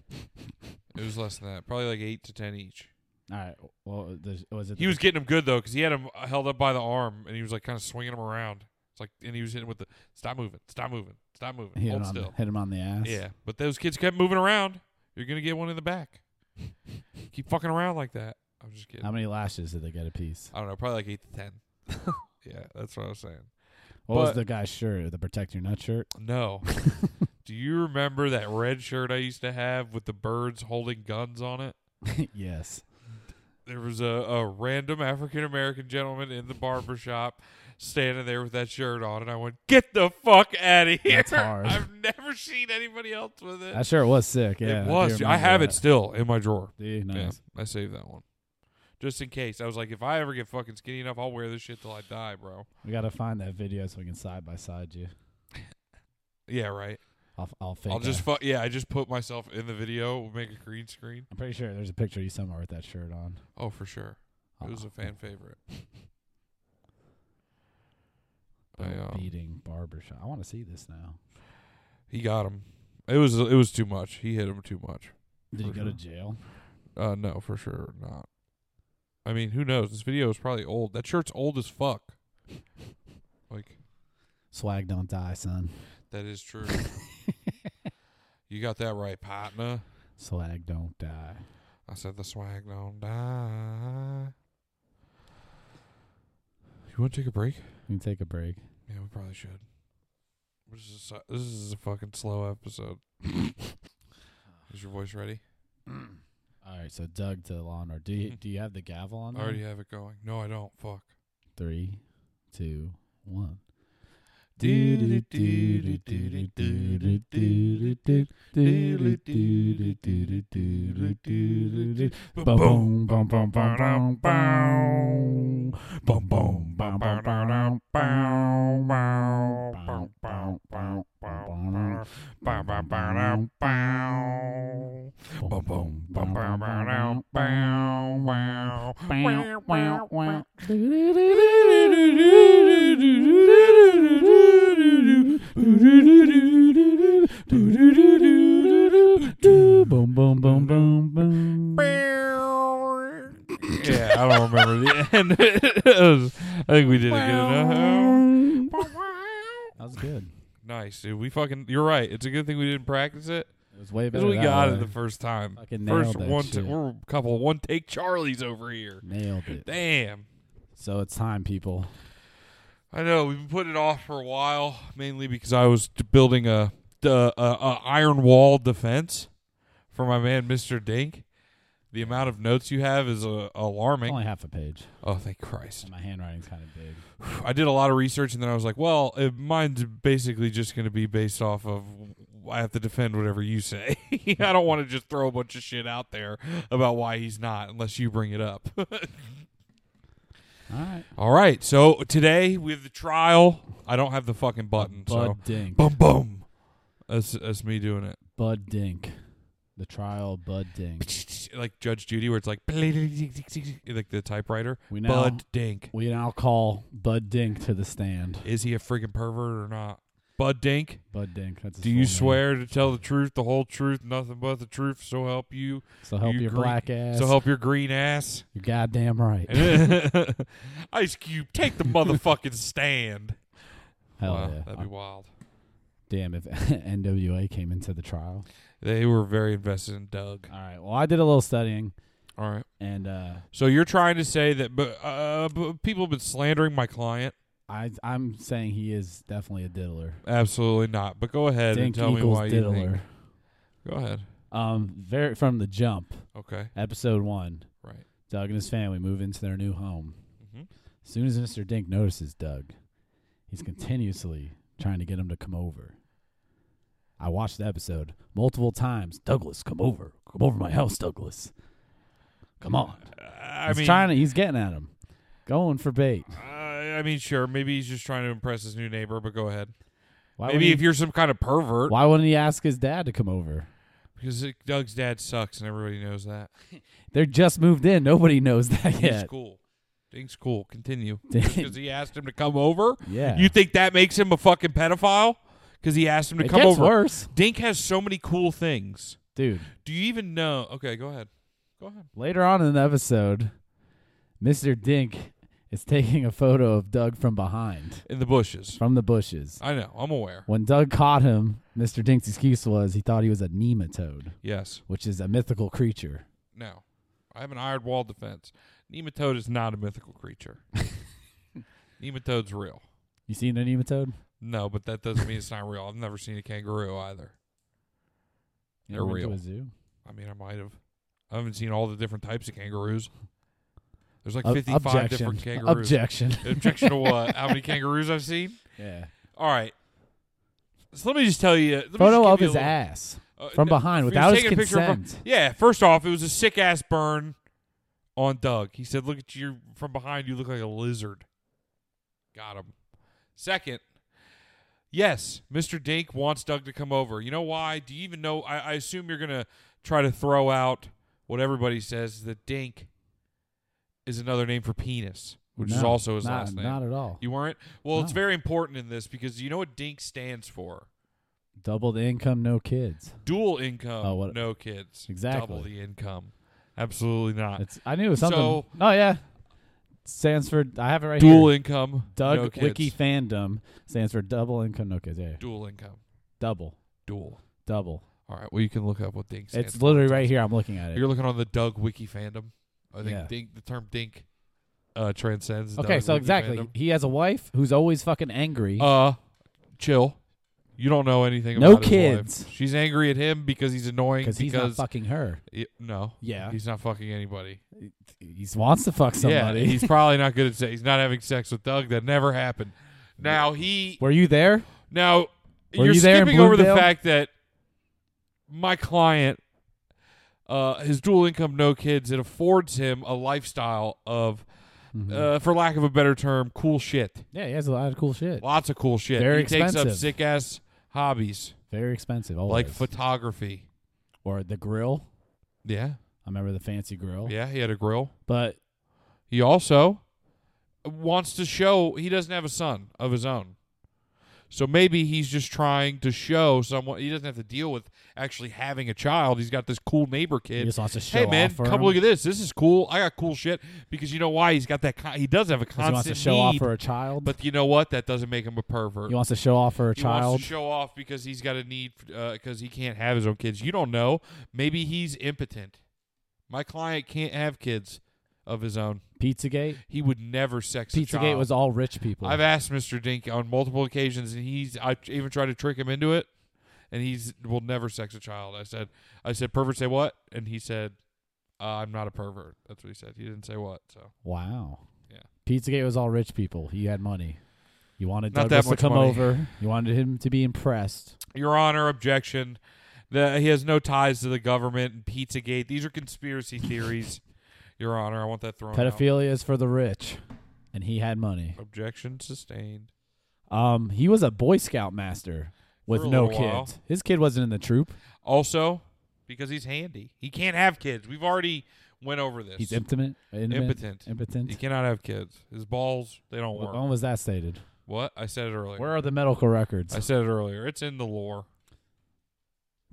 was less than that. Probably like 8 to 10 each. All right. Well, there's- was it? He was getting him good, though, because he had him held up by the arm and he was like kind of swinging him around. It's like, and he was hitting with the stop moving, stop moving, stop moving, hit him, hold on the, still. hit him on the ass. Yeah, but those kids kept moving around. You're going to get one in the back. Keep fucking around like that. I'm just kidding. How many lashes did they get a piece? I don't know, probably like 8 to 10. yeah, that's what I was saying. What was But- the guy's shirt? The protect your nut shirt. No. Do you remember that red shirt I used to have with the birds holding guns on it? yes. there was a, a random African American gentleman in the barber shop standing there with that shirt on, and I went, "Get the fuck out of here!" That's hard. I've never seen anybody else with it. That shirt was sick. Yeah. I it do was. I remember have that. it still in my drawer. Do you? Nice. Yeah, I saved that one just in case. I was like, if I ever get fucking skinny enough, I'll wear this shit till I die, bro. We gotta find that video so we can side by side you. Yeah, right. I'll I'll fake. I'll just that. fu- yeah, I just put myself in the video, make a green screen. I'm pretty sure there's a picture of you somewhere with that shirt on. Oh, for sure. It was Uh, a fan favorite. I, belt uh, beating barbershop. I want to see this now. He got him. It was it was too much. He hit him too much. Did for you go to sure. jail? Uh, no, for sure not. I mean, who knows? This video is probably old. That shirt's old as fuck. Like Swag don't die, son. that is true. you got that right, partner. Swag don't die. I said the swag don't die. You want to take a break? We can take a break. Yeah, we probably should. This is a, this is a fucking slow episode. is your voice ready? All right, so Doug to Law and Order. Do you, do you have the gavel on? I there? already have it going. No, I don't. Fuck. Three, two, one. Boom, boom, boom, boom, boom, boom. Boom, boom, boom, boom, boom, boom. Boom, boom, boom, boom, boom. Boom, boom, boom, boom, boom, boom. Wow, wow, wow. Boom, boom, boom, boom, boom. yeah, I don't remember the end. It was- I think we did it good enough. That was good. nice, dude. We fucking. You're right. It's a good thing we didn't practice it It was way because better. we that got way. it the first time. Fucking first nailed that one. shit. we're a couple of one take Charlies over here. Nailed it. Damn. So it's time, people. I know we've been putting it off for a while, mainly because I was t- building a the- a, a iron wall defense for my man Mister Dink. The amount of notes you have is uh, alarming. Only half a page. Oh, thank Christ! And my handwriting's kind of big. I did a lot of research, and then I was like, "Well, it, mine's basically just going to be based off of I have to defend whatever you say. I don't want to just throw a bunch of shit out there about why he's not, unless you bring it up." All right. All right, so today we have the trial. I don't have the fucking button, so Bud Dink. Boom, boom. That's that's me doing it. Bud Dink. The trial of Bud Dink. Like Judge Judy, where it's like like the typewriter. We now Bud Dink. we now call Bud Dink to the stand. Is he a friggin' pervert or not? Bud Dink. Bud Dink. That's his Do full you name. swear to tell the truth, the whole truth, nothing but the truth? So help you. So help you your green- black ass. So help your green ass. You're goddamn right. Ice Cube, take the motherfucking stand. Hell wow, yeah. that'd be wild. Damn, if NWA came into the trial. They were very invested in Doug. All right. Well, I did a little studying, All right. and uh, So you're trying to say that but, uh, but people have been slandering my client? I I'm saying he is definitely a diddler. Absolutely not. But go ahead and Dink tell me equals why you think. diddler. Go ahead. Um, very from the jump, Okay. episode one. Right. Doug and his family move into their new home. Mhm. As soon as Mr. Dink notices Doug, he's continuously trying to get him to come over. I watched the episode multiple times. Douglas, come over. Come over to my house, Douglas. Come on. I He's mean, trying to, he's getting at him. Going for bait. I I mean, sure. Maybe he's just trying to impress his new neighbor. But go ahead. Why maybe wouldn't if he- you're some kind of pervert, why wouldn't he ask his dad to come over? because it- Doug's dad sucks, and everybody knows that. They're just moved in. Nobody knows that He's yet. cool. Dink's cool. Continue. Dink. Because he asked him to come over. Yeah. You think that makes him a fucking pedophile? Because he asked him to it come gets over. worse, Dink has so many cool things. dude. Do you even know? Okay, go ahead. Go ahead. Later on in the episode, Mister Dink is taking a photo of Doug from behind, In the bushes. from the bushes. I know. I'm aware. When Doug caught him, Mister Dink's excuse was he thought he was a nematode, Yes. which is a mythical creature. No. I have an iron wall defense. Nematode is not a mythical creature. Nematode's real. You seen a nematode? No, but that doesn't mean it's not real. I've never seen a kangaroo either. You They're ever been to real. a zoo? I mean, I might have. I haven't seen all the different types of kangaroos. There's like Ob- 55 objection. different kangaroos. Objection. Objection to what? How many kangaroos I've seen? yeah. All right. So let me just tell you. let me Photo just give of you a his little- ass uh, from no, he behind was without his taking a picture of her- consent. yeah. First off, it was a sick ass burn on Doug. He said, "Look at you from behind. You look like a lizard." Got him. Second, yes, Mr. Dink wants Doug to come over. You know why? Do you even know? I, I assume you're gonna try to throw out what everybody says that Dink is another name for penis, which is No, also his not- last name. Not at all. you weren't? Well, it's No. very important in this because you know what DINK stands for? Doubled income, no kids. dual income, Oh, what- no kids. Double Exactly. the income. Absolutely not. It's I knew it was something. Uh, So- oh yeah, stands for I have it right dual here. income, Doug no kids. Wiki fandom stands for double income, no kids. Yeah, yeah. dual income, double, dual. double. All right. Well, you can look up what Dink stands It's for. literally right here. I'm looking at it. You're looking on the Doug Wiki fandom. I think Yeah. Dink, the term Dink uh, transcends. the Okay, Doug so Wiki exactly, fandom. he has a wife who's always fucking angry. Uh, chill. You don't know anything No about his wife. kids. She's angry at him because he's annoying. because he's not fucking her. he- no. Yeah. He's not fucking anybody. He wants to fuck somebody. Yeah, he's probably not good at sex. He's not having sex with Doug. That never happened. Now he Were you there? now Were you're you there in skipping over the Bloomdale? fact that my client, uh, his dual income, no kids, it affords him a lifestyle of, Mm-hmm. uh, for lack of a better term, cool shit. Yeah, he has a lot of cool shit. Lots of cool shit. Very he takes up expensive. sick ass hobbies Very expensive. Always. like photography. or the grill. Yeah, I remember the fancy grill. yeah. He had a grill. But He also wants to show he doesn't have a son of his own. So maybe he's just trying to show someone he doesn't have to deal with actually having a child. He's got this cool neighbor he kid. just wants to show hey man, off for come him. look at this. This is cool. I got cool shit because you know why he's got that. Con- he does have a 'Cause constant he wants to show need, off for a child. but you know what? That doesn't make him a pervert. he wants to show off for a He wants child. to show off because he's got a need because he can't have his own kids. You don't know. Maybe he's impotent. My client can't have kids of his own. Pizzagate. He would never sex a Pizzagate child. was all rich people. I've asked Mr. Dink on multiple occasions, and he's I even tried to trick him into it, and he's will never sex a child. I said, I said, pervert say what? And he said, uh, I'm not a pervert. That's what he said. He didn't say what. So wow. Yeah. Pizzagate was all rich people. He had money. You wanted Not that Douglas to much come money. over. You wanted him to be impressed. Your Honor, objection. The, he has no ties to the government and Pizzagate. These are conspiracy theories, Your Honor. I want that thrown out. Pedophilia is for the rich, and he had money. Objection sustained. Um, he was a Boy Scout master with For a no little while. kids. His kid wasn't in the troop. Also, because he's handy, he can't have kids. We've already went over this. He's impotent. Impotent. Impotent. He cannot have kids. His balls, they don't work. When was that stated? What? I said it earlier. Where are the medical records? I said it earlier. It's in the lore.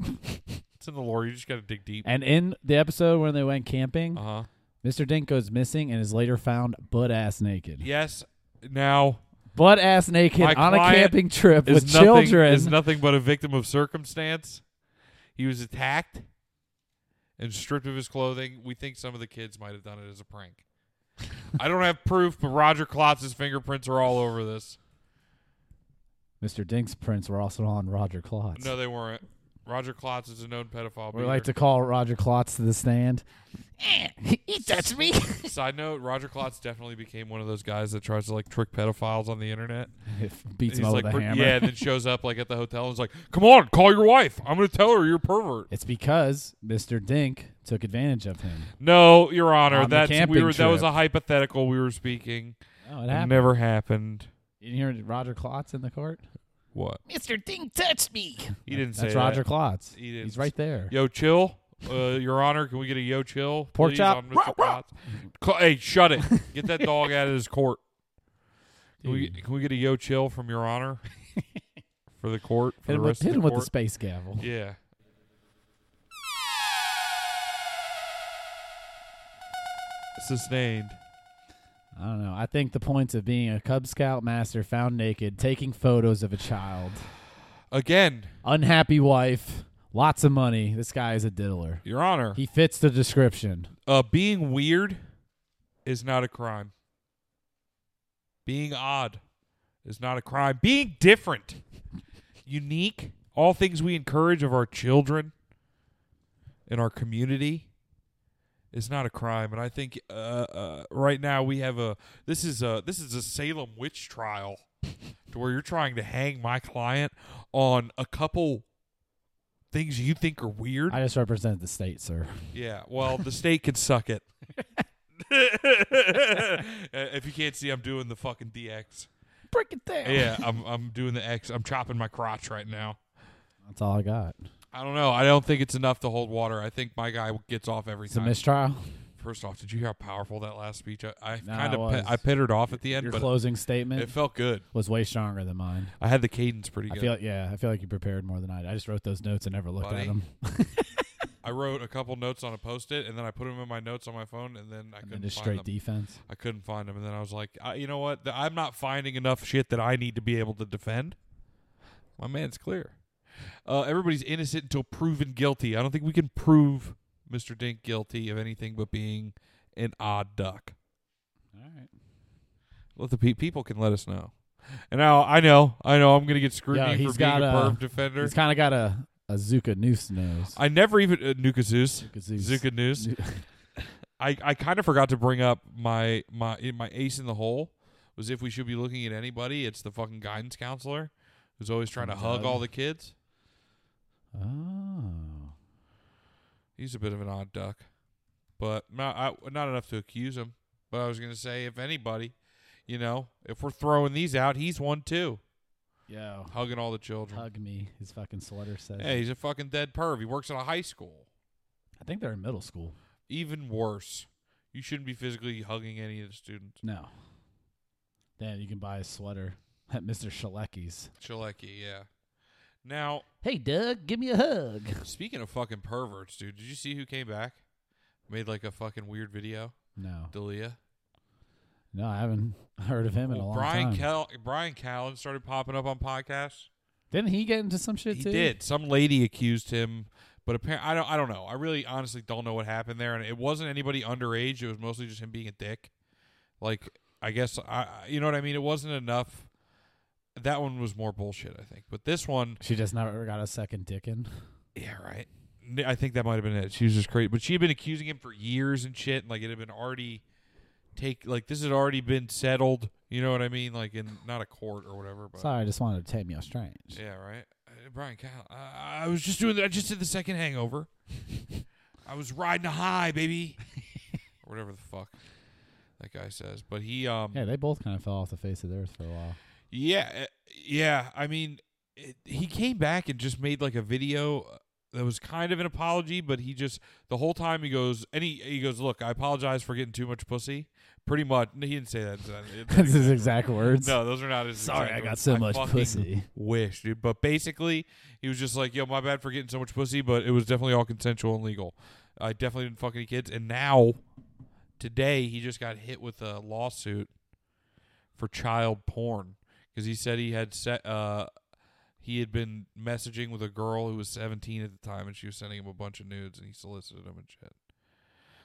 it's in the lore. You just got to dig deep. And in the episode when they went camping, Uh huh. Mr. Dink goes missing and is later found butt ass naked. Yes. Now Butt ass naked My on a client camping trip is with nothing children. is nothing but a victim of circumstance. He was attacked and stripped of his clothing. We think some of the kids might have done it as a prank. I don't have proof, but Roger Klotz's fingerprints are all over this. Mr. Dink's prints were also on Roger Klotz. No, they weren't. Roger Klotz is a known pedophile. we but like to call Roger Klotz to the stand. he touched me. Side note: Roger Klotz definitely became one of those guys that tries to like trick pedophiles on the internet. Beats him He's up like, with a "Per- hammer. yeah, and then shows up like at the hotel and is like, "Come on, call your wife. I'm gonna tell her you're a pervert." It's because Mr. Dink took advantage of him. No, Your Honor, On the that's we camping were that was trip. a hypothetical we were speaking. Oh, it It happened. never happened. You hear Roger Klotz in the court? What? Mr. Ding touched me. He didn't say That's that. Roger Klotz. He didn't He's right there. Yo, chill. Uh, Your Honor, can we get a yo chill? Pork please, chop? on Mr. Potts? Cl- hey, shut it. Get that dog out of his court. Can we, Dude. can we get a yo chill from Your Honor for the court? For the Hit him, with, rest hit of him the with the court? space gavel. yeah. Sustained. I don't know. I think the points of being a Cub Scout master found naked, taking photos of a child, Again, unhappy wife, lots of money. This guy is a diddler. Your Honor, He fits the description. uh, being weird is not a crime. Being odd is not a crime. Being different, unique, all things we encourage of our children in our community is not a crime. And I think uh, uh, right now we have a this is a this is a Salem witch trial to where you're trying to hang my client on a couple things you think are weird. I just represent the state, sir. Yeah, well, the state can suck it. if you can't see, I'm doing the fucking DX. Break it down. Yeah, I'm I'm doing the X. I'm chopping my crotch right now. That's all I got. I don't know. I don't think it's enough to hold water. I think my guy gets off every It's a time. mistrial. First off, did you hear how powerful that last speech? I, I Nah, kind of it was. I pittered off at the end, Your but closing statement it felt good. was way stronger than mine. I had the cadence pretty good. I feel like, yeah, I feel like you prepared more than I did. I just wrote those notes and never looked Buddy. at them. I wrote a couple notes on a post-it, and then I put them in my notes on my phone, and then I And couldn't then just find straight them. defense. I couldn't find him, and then I was like, I, you know what? Th- I'm not finding enough shit that I need to be able to defend. My man's clear. Uh, everybody's innocent until proven guilty. I don't think we can prove Mr. Dink guilty of anything but being an odd duck. All right. Let the pe- people can let us know. And now I know, I know, I'm gonna get scrutiny Yeah, for he's being got, a uh, perv defender. He's kind of got a, a Zuka noose nose. I never even uh, Nuka Zeus. Zuka Zeus. Zuka News. I, I kind of forgot to bring up my my in my ace in the hole was if we should be looking at anybody, it's the fucking guidance counselor who's always trying to hug Doug. all the kids. Oh. He's a bit of an odd duck, but not I, not enough to accuse him. But I was gonna say, if anybody, you know, if we're throwing these out, he's one too, Yo. hugging all the children. Hug me. His fucking sweater says. Hey, he's a fucking dead perv. He works at a high school. I think they're in middle school. Even worse, you shouldn't be physically hugging any of the students. No. Damn, you can buy a sweater at Mr. Shalecki's. Chalecki, yeah. Now, Hey, Doug, give me a hug. Speaking of fucking perverts, dude, did you see who came back? Made like a fucking weird video. No. Dalia. No, I haven't heard of him in a Well, long Brian time. Cal- Brian Callen started popping up on podcasts. Didn't he get into some shit he too? did. Some lady accused him, but apparently I don't. I don't know. I really, honestly, don't know what happened there. And it wasn't anybody underage. It was mostly just him being a dick. Like I guess I, I- you know what I mean. It wasn't enough. That one was more bullshit, I think. But this one, She just never got a second dickin. Yeah, right. N- I think that might have been it. She was just crazy, but she had been accusing him for years and shit, and like it had been already take like this had already been settled. You know what I mean? Like in not a court or whatever. But Sorry, I just wanted to tame you strange. yeah, right. Uh, Brian Cal, uh, I was just doing. The, I just did the second Hangover. I was riding a high, baby, or whatever the fuck that guy says. But he, um, Yeah, they both kind of fell off the face of the earth for a while. Yeah, uh, yeah. I mean, it, he came back and just made like a video uh, that was kind of an apology, but he just the whole time he goes and he, he goes, "Look, I apologize for getting too much pussy." Pretty much, no, he didn't say that. That's his exact words. No, those are not his. Sorry, exact I got words. so much fucking pussy. Wish, dude. But basically, he was just like, "Yo, my bad for getting so much pussy, but it was definitely all consensual and legal. I definitely didn't fuck any kids." And now, today, he just got hit with a lawsuit for child porn because he said he had set. Uh, he had been messaging with a girl who was 17 at the time, and she was sending him a bunch of nudes, and he solicited him and shit.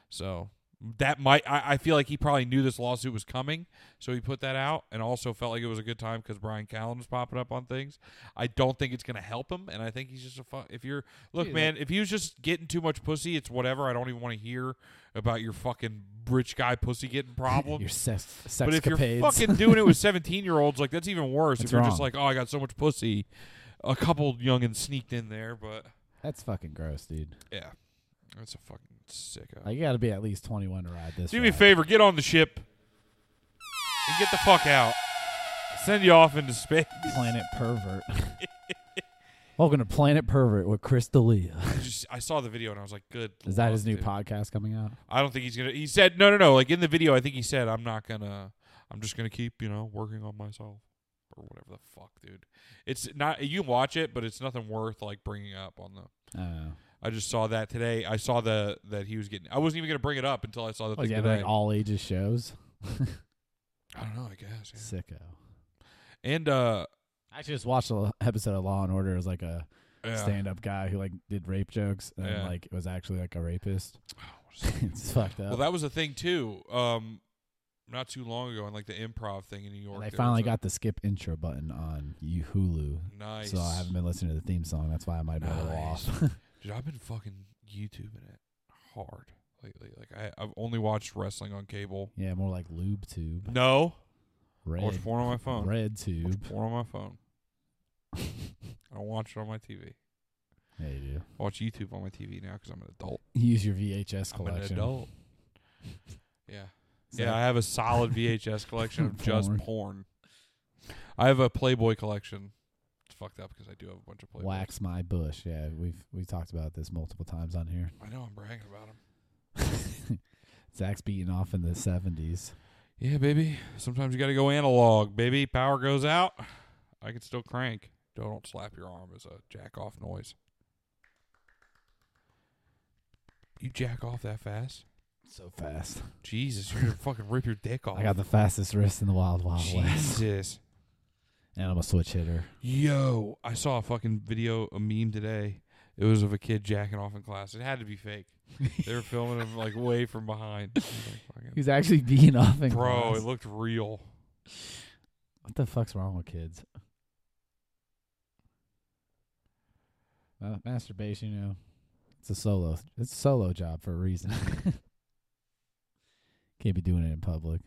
So that might I, I feel like he probably knew this lawsuit was coming so he put that out and also felt like it was a good time because brian callen was popping up on things i don't think it's going to help him and i think he's just a fuck if you're look Yeah. man if he was just getting too much pussy it's whatever i don't even want to hear about your fucking rich guy pussy getting problem Your sex, sex but if you're fucking doing it with 17 year olds like that's even worse if That's you're just wrong. like oh i got so much pussy a couple youngins sneaked in there but That's fucking gross, dude. yeah that's a fucking sicko Like, you got to be at least 21 to ride this. Do me a ride. favor, get on the ship and get the fuck out. Send you off into space. Planet pervert. Welcome to Planet Pervert with Chris D'Elia. I just I saw the video and I was like, good. Is that luck, his new dude. podcast coming out? I don't think he's gonna. He said no, no, no. Like in the video, I think he said I'm not gonna. I'm just gonna keep you know working on myself or whatever the fuck, dude. It's not you can watch it, but it's nothing worth like bringing up on the. Oh, I just saw that today. I saw the that he was getting. I wasn't even gonna bring it up until I saw the oh thing yeah, today. like all ages shows. I don't know. I guess. yeah. Sicko. And uh, I actually just watched an episode of Law and Order. It was like a yeah. stand-up guy who like did rape jokes and Yeah. like was actually like a rapist. what is it's fucked up. Well, that was a thing too. Um, not too long ago, in like the improv thing in New York. And they there finally was a- got the skip intro button on you Hulu, nice. so I haven't been listening to the theme song. That's why I might be a little Nice. off. Dude, I've been fucking YouTubing it hard lately. Like I, I've only watched wrestling on cable. yeah, more like Lube Tube, No, I watch Red, porn on my phone. Red I watch Tube. porn on my phone. I don't watch it on my TV. Yeah, you do. I watch YouTube on my TV now because I'm an adult. Use your VHS I'm an collection. adult. Yeah. So- yeah, I have a solid VHS collection of just Porn. porn. I have a Playboy collection. It's fucked up because I do have a bunch of Playboy. Wax my bush. Yeah, we've we talked about this multiple times on here. I know I'm bragging about them. Zach's beating off in the seventies. Yeah, baby. Sometimes you got to go analog, baby. Power goes out. I can still crank. Don't, don't slap your arm as a jack off noise. You jack off that fast? So fast. Jesus, you're gonna fucking rip your dick off. I got the fastest wrist in the wild wild west, Jesus. and I'm a switch hitter. Yo, I saw a fucking video, a meme today. It was of a kid jacking off in class. It had to be fake. They were filming him like way from behind. Like, fucking- He's actually beating off in Bro, class. it looked real. What the fuck's wrong with kids? Uh, masturbation, you know, it's a solo, it's a solo job for a reason. Can't be doing it in public.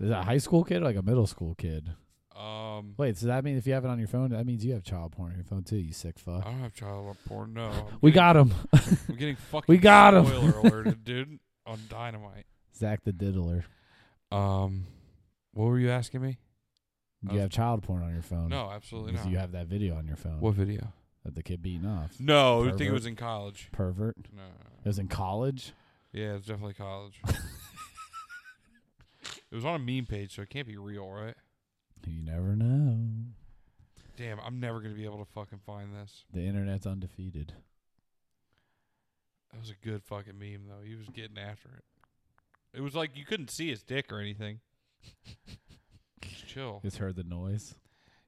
Is that a high school kid or like a middle school kid? Um, Wait, so that means if you have it on your phone, that means you have child porn on your phone too. You sick I fuck. don't have child porn. No, I'm We getting- got him, I'm getting fucking We got 'em. spoiler alerted, dude, on Dynamite. Zach the diddler. Um, what were you asking me? I You was- have child porn on your phone. Oh. No, absolutely Um, because not. you um, have that video on your phone what video? of the kid beating off. No, I think it Pervert. was in college. Pervert. No, no, no. It was in college. yeah, it's definitely college. it was on a meme page, so it can't be real, right? You never know. Damn, I'm never gonna be able to fucking find this. The internet's undefeated. That was a good fucking meme though. He was getting after it. It was like you couldn't see his dick or anything. Just chill. Just heard the noise.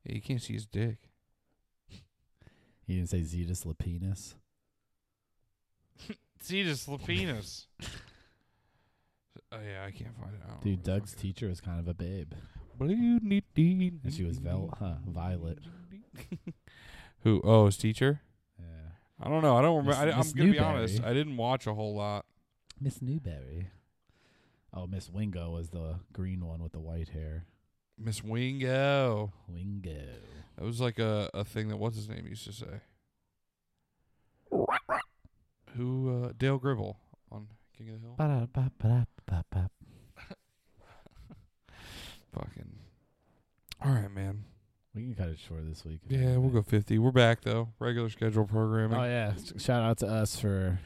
Yeah, you can't see his dick. He didn't say Zetus Lapinus. Cetus Lapinus. oh yeah, I can't find it. I don't know Dude, where the Doug's fuck teacher was kind of a babe. it is. And she was Vel- huh, Violet. Who? Oh, his teacher. Yeah. I don't know. I don't remember. Miss- I, I'm Miss gonna be honest. Newberry. I didn't watch a whole lot. Miss Newberry. Oh, Miss Wingo was the green one with the white hair. Miss Wingo. Wingo. That was like a, a thing that what's his name used to say. Who? Uh, Dale Gribble on King of the Hill. Ba-da-ba-ba-ba-ba. Fucking. All right, man. We can cut it short this week. if Yeah, you we'll want. go 50. We're back though. Regular schedule programming. Oh yeah! S- Shout out to us for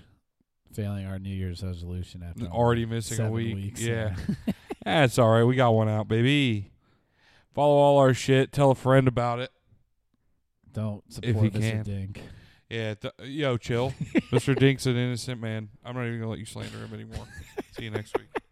failing our New Year's resolution after Already missing seven a week. Weeks. yeah. That's all right. We got one out, baby. Follow all our shit. Tell a friend about it. Don't you support Mr. can. Dink. Yeah. Th- yo, chill. Mr. Dink's an innocent man. I'm not even going to let you slander him anymore. See you next week.